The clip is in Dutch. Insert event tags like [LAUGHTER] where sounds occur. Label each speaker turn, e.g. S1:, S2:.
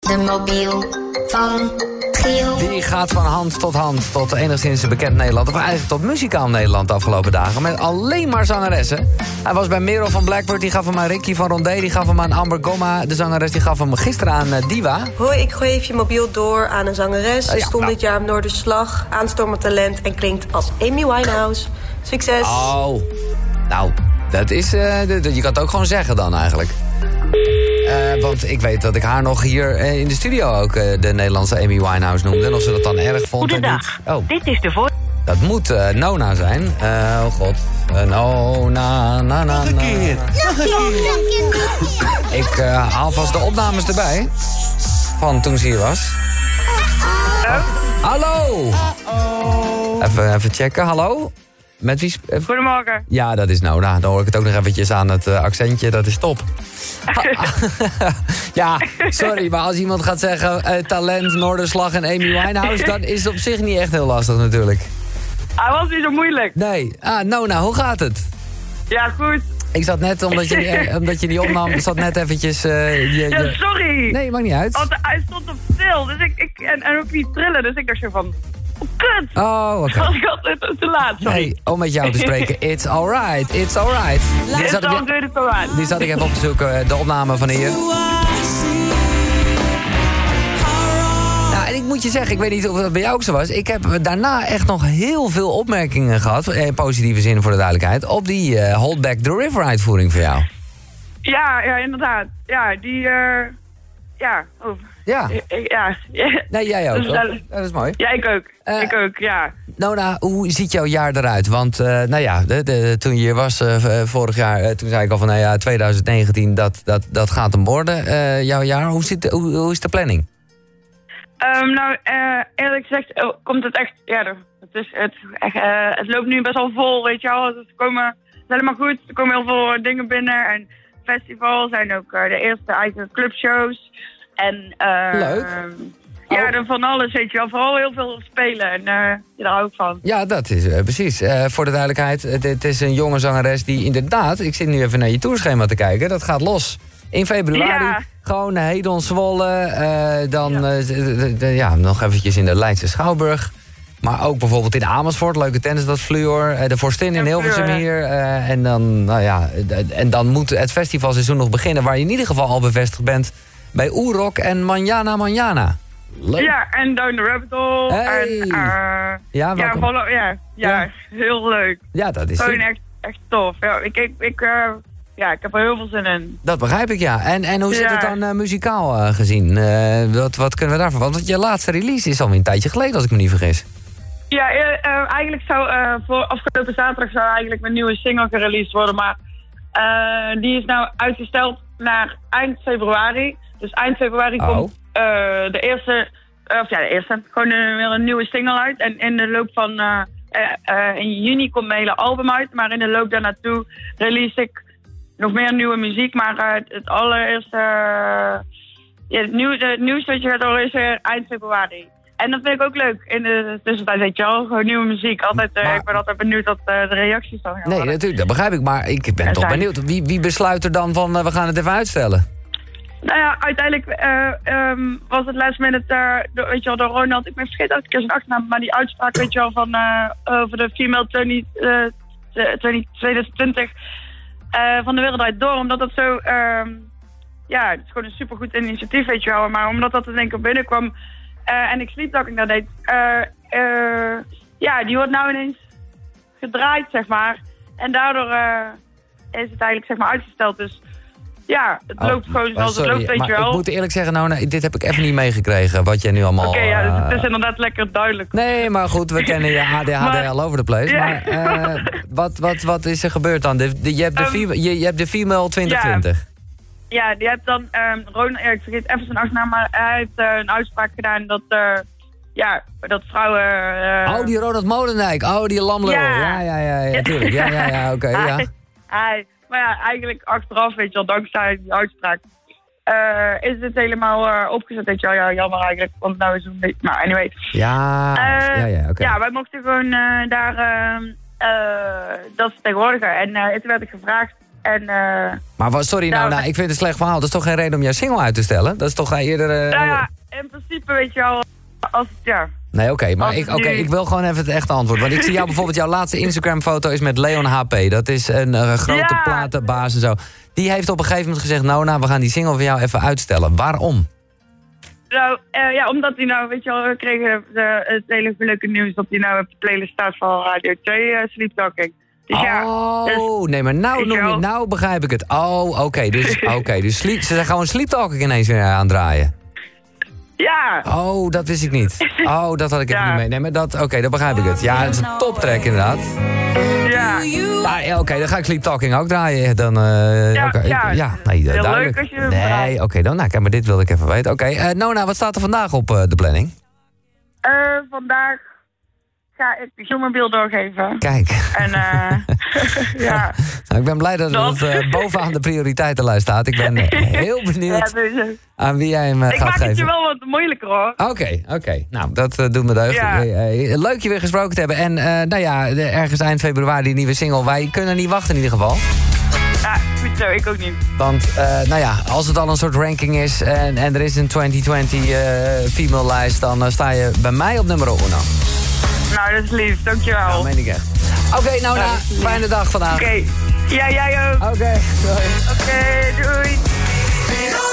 S1: De mobiel van Giel.
S2: Die gaat van hand tot hand tot enigszins een bekend Nederland... of eigenlijk tot muzikaal Nederland de afgelopen dagen... met alleen maar zangeressen. Hij was bij Merel van Blackbird, die gaf hem aan Ricky van Rondé... die gaf hem aan Amber Gomma, de zangeres... die gaf hem gisteren aan eh, Diva.
S3: Hoi, ik gooi even je mobiel door aan een zangeres. Ze
S2: ja,
S3: stond
S2: nou.
S3: dit jaar op Noorderslag, aanstormend talent en klinkt als Amy Winehouse. Succes!
S2: Oh, nou, dat is... eh, d- d- je kan het ook gewoon zeggen dan eigenlijk. Eh, want ik weet dat ik haar nog hier eh, in de studio ook eh, de Nederlandse Amy Winehouse noemde. En of ze dat dan erg vond en niet.
S4: Goedendag.
S2: Oh,
S4: Dit is de voor.
S2: dat moet eh, Nona zijn. Eh, oh god. Eh, Nona, na, na, na. Ik eh, haal vast de opnames erbij. Van toen ze hier was. Hallo! Even, even checken, hallo? Met wie... sp- eh,
S4: Goedemorgen.
S2: ja, dat is Nona. Dan hoor ik het ook nog eventjes aan het eh, accentje. Dat is top. [LAUGHS] ja, sorry, maar als iemand gaat zeggen... eh, talent, Noorderslag en Amy Winehouse... dan is het op zich niet echt heel lastig natuurlijk.
S4: Hij was niet zo moeilijk.
S2: Nee. Ah, Nona, hoe gaat het?
S4: Ja, goed.
S2: Ik zat net, omdat je, eh, omdat je die opnam... zat net eventjes... eh, je,
S4: Ja,
S2: je...
S4: sorry. Oh,
S2: Nee, maakt niet uit.
S4: Want hij stond op stil. Dus ik, ik, en, en ook niet trillen. Dus ik dacht zo van... Oh, kut.
S2: Oh, oké.
S4: Was ik altijd te laat. Sorry.
S2: Hey, om met jou te spreken. It's alright, it's alright. Die
S4: Dit
S2: zat,
S4: is al
S2: ik,
S4: te laat.
S2: die zat ik even op te zoeken, eh, de opname van hier. Nou, en ik moet je zeggen, ik weet niet of dat bij jou ook zo was. Ik heb eh, daarna echt nog heel veel opmerkingen gehad, eh, in positieve zin voor de duidelijkheid, op die eh, Hold Back the River uitvoering van jou.
S4: Ja, ja, inderdaad. Ja, die... eh, ja. Oh.
S2: Ja.
S4: Eh, eh, Ja. ja.
S2: Nee, jij ook.
S4: Dus
S2: toch?
S4: dat-
S2: Ja, dat is mooi.
S4: Ja, ik ook.
S2: Eh.
S4: ik ook, ja.
S2: Nona, hoe ziet jouw jaar eruit? Want eh, nou ja, de, de- toen je hier was eh, v- eh, vorig jaar, eh, toen zei ik al van nou ja, 2019, dat, dat, dat gaat hem worden, eh, jouw jaar. Hoe, zit, de- hoe, hoe is de planning?
S4: Ehm, nou, eh, eerlijk gezegd eh, komt het echt... Ja, er- het, is, het, echt, eh, het loopt nu best wel vol, weet je wel. Dus er komen, het is helemaal goed. Er komen heel veel eh, dingen binnen. En festivals en ook eh, de eerste eigen clubshows. En, eh,
S2: Leuk.
S4: Ja,
S2: Oh.
S4: dan van alles, weet je wel. Vooral heel veel spelen. En eh, ja, daar hou ik van.
S2: Ja, dat is eh, precies. Eh, voor de duidelijkheid, het, het is een jonge zangeres die inderdaad, ik zit nu even naar je tourschema te kijken, dat gaat los. In februari,
S4: Ja.
S2: gewoon naar Hedon Zwolle, eh, dan ja. ja, nog eventjes in de Leidse Schouwburg. Maar ook bijvoorbeeld in Amersfoort, leuke tennis, dat Fluor. eh, de Vorstin in
S4: Ja,
S2: Hilversum
S4: Fluor, ja.
S2: hier. eh, en, dan, nou ja, d- en dan moet het festivalseizoen nog beginnen... waar je in ieder geval al bevestigd bent bij Oerok en Manjana Manjana. Leuk.
S4: Ja, en Down the Rabbit Hole.
S2: Hey.
S4: En, eh,
S2: Ja,
S4: ja,
S2: welkom.
S4: voilà, ja, ja,
S2: Ja.
S4: heel leuk.
S2: Ja, dat is
S4: Gewoon
S2: het.
S4: echt, echt tof. Ja, ik, ik, ik, eh, ja, ik heb er heel veel zin in.
S2: Dat begrijp ik, ja. En, en hoe zit
S4: Ja.
S2: het dan eh, muzikaal eh, gezien? Eh, wat, wat kunnen we daarvan? Want je laatste release is alweer een tijdje geleden, als ik me niet vergis.
S4: Ja, eh, eh, eigenlijk zou eh, voor afgelopen zaterdag zou eigenlijk mijn nieuwe single gereleased worden, maar eh, die is nou uitgesteld naar eind februari. Dus eind februari
S2: Oh.
S4: komt eh, de eerste, eh, of ja, de eerste, gewoon eh, weer een nieuwe single uit. En in de loop van, eh, eh, eh, in juni komt mijn hele album uit, maar in de loop daarnaartoe release ik nog meer nieuwe muziek, maar eh, het- het allereerste... eh, ja, het, nieuw, het nieuwste wat je gaat horen is er eind februari. En dat vind ik ook leuk. In de tussentijd, weet je wel, gewoon nieuwe muziek. Altijd, eh,
S2: Maar-
S4: ik ben altijd benieuwd wat eh, de reacties dan gaan
S2: Nee,
S4: worden.
S2: natuurlijk, dat begrijp ik. Maar ik ben
S4: Er
S2: toch
S4: zijn-
S2: benieuwd. Wie, wie besluit er dan van, eh, we gaan het even uitstellen?
S4: Nou ja, uiteindelijk eh, ehm, was het last minute, eh, door, weet je wel, door Ronald. Ik ben vergeten dat ik zijn achternaam, maar die uitspraak, weet je wel, van eh, over de female 20, eh, eh, 20 2020 eh, van de wereldwijd door. Omdat dat zo, ehm, ja, het is gewoon een supergoed initiatief, weet je wel. Maar omdat dat in één keer binnenkwam eh, en ik sleeptalking daar deed, eh, eh, ja, die wordt nou ineens gedraaid, zeg maar. En daardoor eh, is het eigenlijk, zeg maar, uitgesteld. Dus ja, het
S2: Oh,
S4: loopt gewoon
S2: oh,
S4: zoals
S2: sorry,
S4: het loopt, weet
S2: maar
S4: je wel.
S2: Ik moet eerlijk zeggen, nou, nou, dit heb ik even niet meegekregen, wat jij nu allemaal...
S4: Oké, ja, dus het is
S2: eh,
S4: inderdaad lekker duidelijk.
S2: Nee, maar goed, we kennen je ADHD
S4: [LAUGHS] Maar-
S2: all over the place.
S4: Ja.
S2: Maar eh, wat, wat, wat is er gebeurd dan? De, de- je, hebt de
S4: Ehm,
S2: fema- je, je hebt de female 2020.
S4: Ja, die hebt dan, ehm Ronald, ja, ik vergeet even zijn achternaam, maar hij heeft eh, een uitspraak gedaan dat, eh, ja, dat vrouwen... eh,
S2: Oh, die Ronald Molendijk. Oh, die Lamlo. Ja,
S4: Ja.
S2: ja, ja, ja, ja, tuurlijk. Ja, ja, ja,
S4: [LAUGHS]
S2: oké, ja.
S4: Hij- hij- maar ja, eigenlijk achteraf, weet je wel, dankzij die uitspraak, eh, is het helemaal eh, opgezet, weet je wel. Ja, jammer eigenlijk, want nou is het een beetje... Maar anyway,
S2: Ja,
S4: Eh,
S2: ja, ja, oké.
S4: ja, wij ehm, mochten gewoon eh, daar eh, eh, dat vertegenwoordigen. En eh toen werd ik gevraagd En eh,
S2: Maar wa- sorry, nou,
S4: Nou,
S2: nou,
S4: maar-
S2: ik vind het een slecht verhaal. Dat is toch geen reden om jouw single uit te stellen? Dat is toch eh, eerder... eh,
S4: nou ja, in principe weet je al, als het, ja.
S2: Nee, oké, maar
S4: Als
S2: ik,
S4: nu-
S2: oké, ik wil gewoon even het echte antwoord. Want ik zie jou bijvoorbeeld, jouw laatste Instagram-foto is met Leon HP. Dat is een eh, grote
S4: Ja.
S2: platenbaas en zo. Die heeft op een gegeven moment gezegd, nou, nou, we gaan die single van jou even uitstellen. Waarom?
S4: Nou, eh, ja, omdat hij nou, weet je wel, we kregen eh, het hele leuke nieuws dat hij nou op de playlist staat van Radio 2 eh, Sleep Talking. Dus ja, dus-
S2: oh, nee, maar nou,
S4: Ik
S2: noem je,
S4: wel.
S2: nou begrijp ik het. Oh, oké,
S4: [LAUGHS]
S2: dus, oké, dus sleep, ze zijn gewoon sleeptalking ineens weer aan het draaien.
S4: ja.
S2: Oh, dat wist ik niet. Oh, dat had ik even
S4: Ja.
S2: niet mee. Nee, maar dat, oké, dat begrijp ik het. Ja, het is een toptrack inderdaad. Oh.
S4: ja.
S2: Ah, ja, oké, dan ga ik Sleep Talking ook draaien. Dan, eh,
S4: Ja,
S2: oké, ik-
S4: ja.
S2: nee,
S4: Heel
S2: duidelijk.
S4: leuk als je hem
S2: Nee,
S4: draait.
S2: oké, dan, nou, kijk, maar dit wilde ik even weten. Oké, eh, Nona, wat staat er vandaag op eh, de planning?
S4: Eh, vandaag ga ik de jongenbeeld doorgeven.
S2: Kijk, [LAUGHS]
S4: En eh [LAUGHS] ja,
S2: nou, ik ben blij dat
S4: Dat.
S2: het eh, bovenaan de prioriteitenlijst staat. Ik ben
S4: [LAUGHS]
S2: eh, heel
S4: ja
S2: benieuwd
S4: dus, eh,
S2: aan wie jij hem eh,
S4: ik
S2: gaat
S4: maak het je
S2: geven. Oh.
S4: wel wat moeilijker hoor.
S2: Oké, oké. Nou, dat eh, doet me deugd.
S4: Ja.
S2: Eh, eh, leuk je weer gesproken te hebben. En eh, nou ja, de- ergens eind februari die nieuwe single. Wij kunnen niet wachten in ieder geval.
S4: Ja, goed zo, ik ook niet.
S2: Want, eh, nou ja, als het al een soort ranking is en, en er is een 2020 eh, female lijst, dan eh, sta je bij mij op nummer 1. Nou,
S4: Nou, dat is lief, dankjewel.
S2: dat
S4: Oké,
S2: meen ik echt. Oké, nou,
S4: Ja,
S2: nou,
S4: dat is lief.
S2: fijne dag vandaag.
S4: ja, jij ook.
S2: Oh. Oké, doei.
S4: Oké, doei.
S5: Feel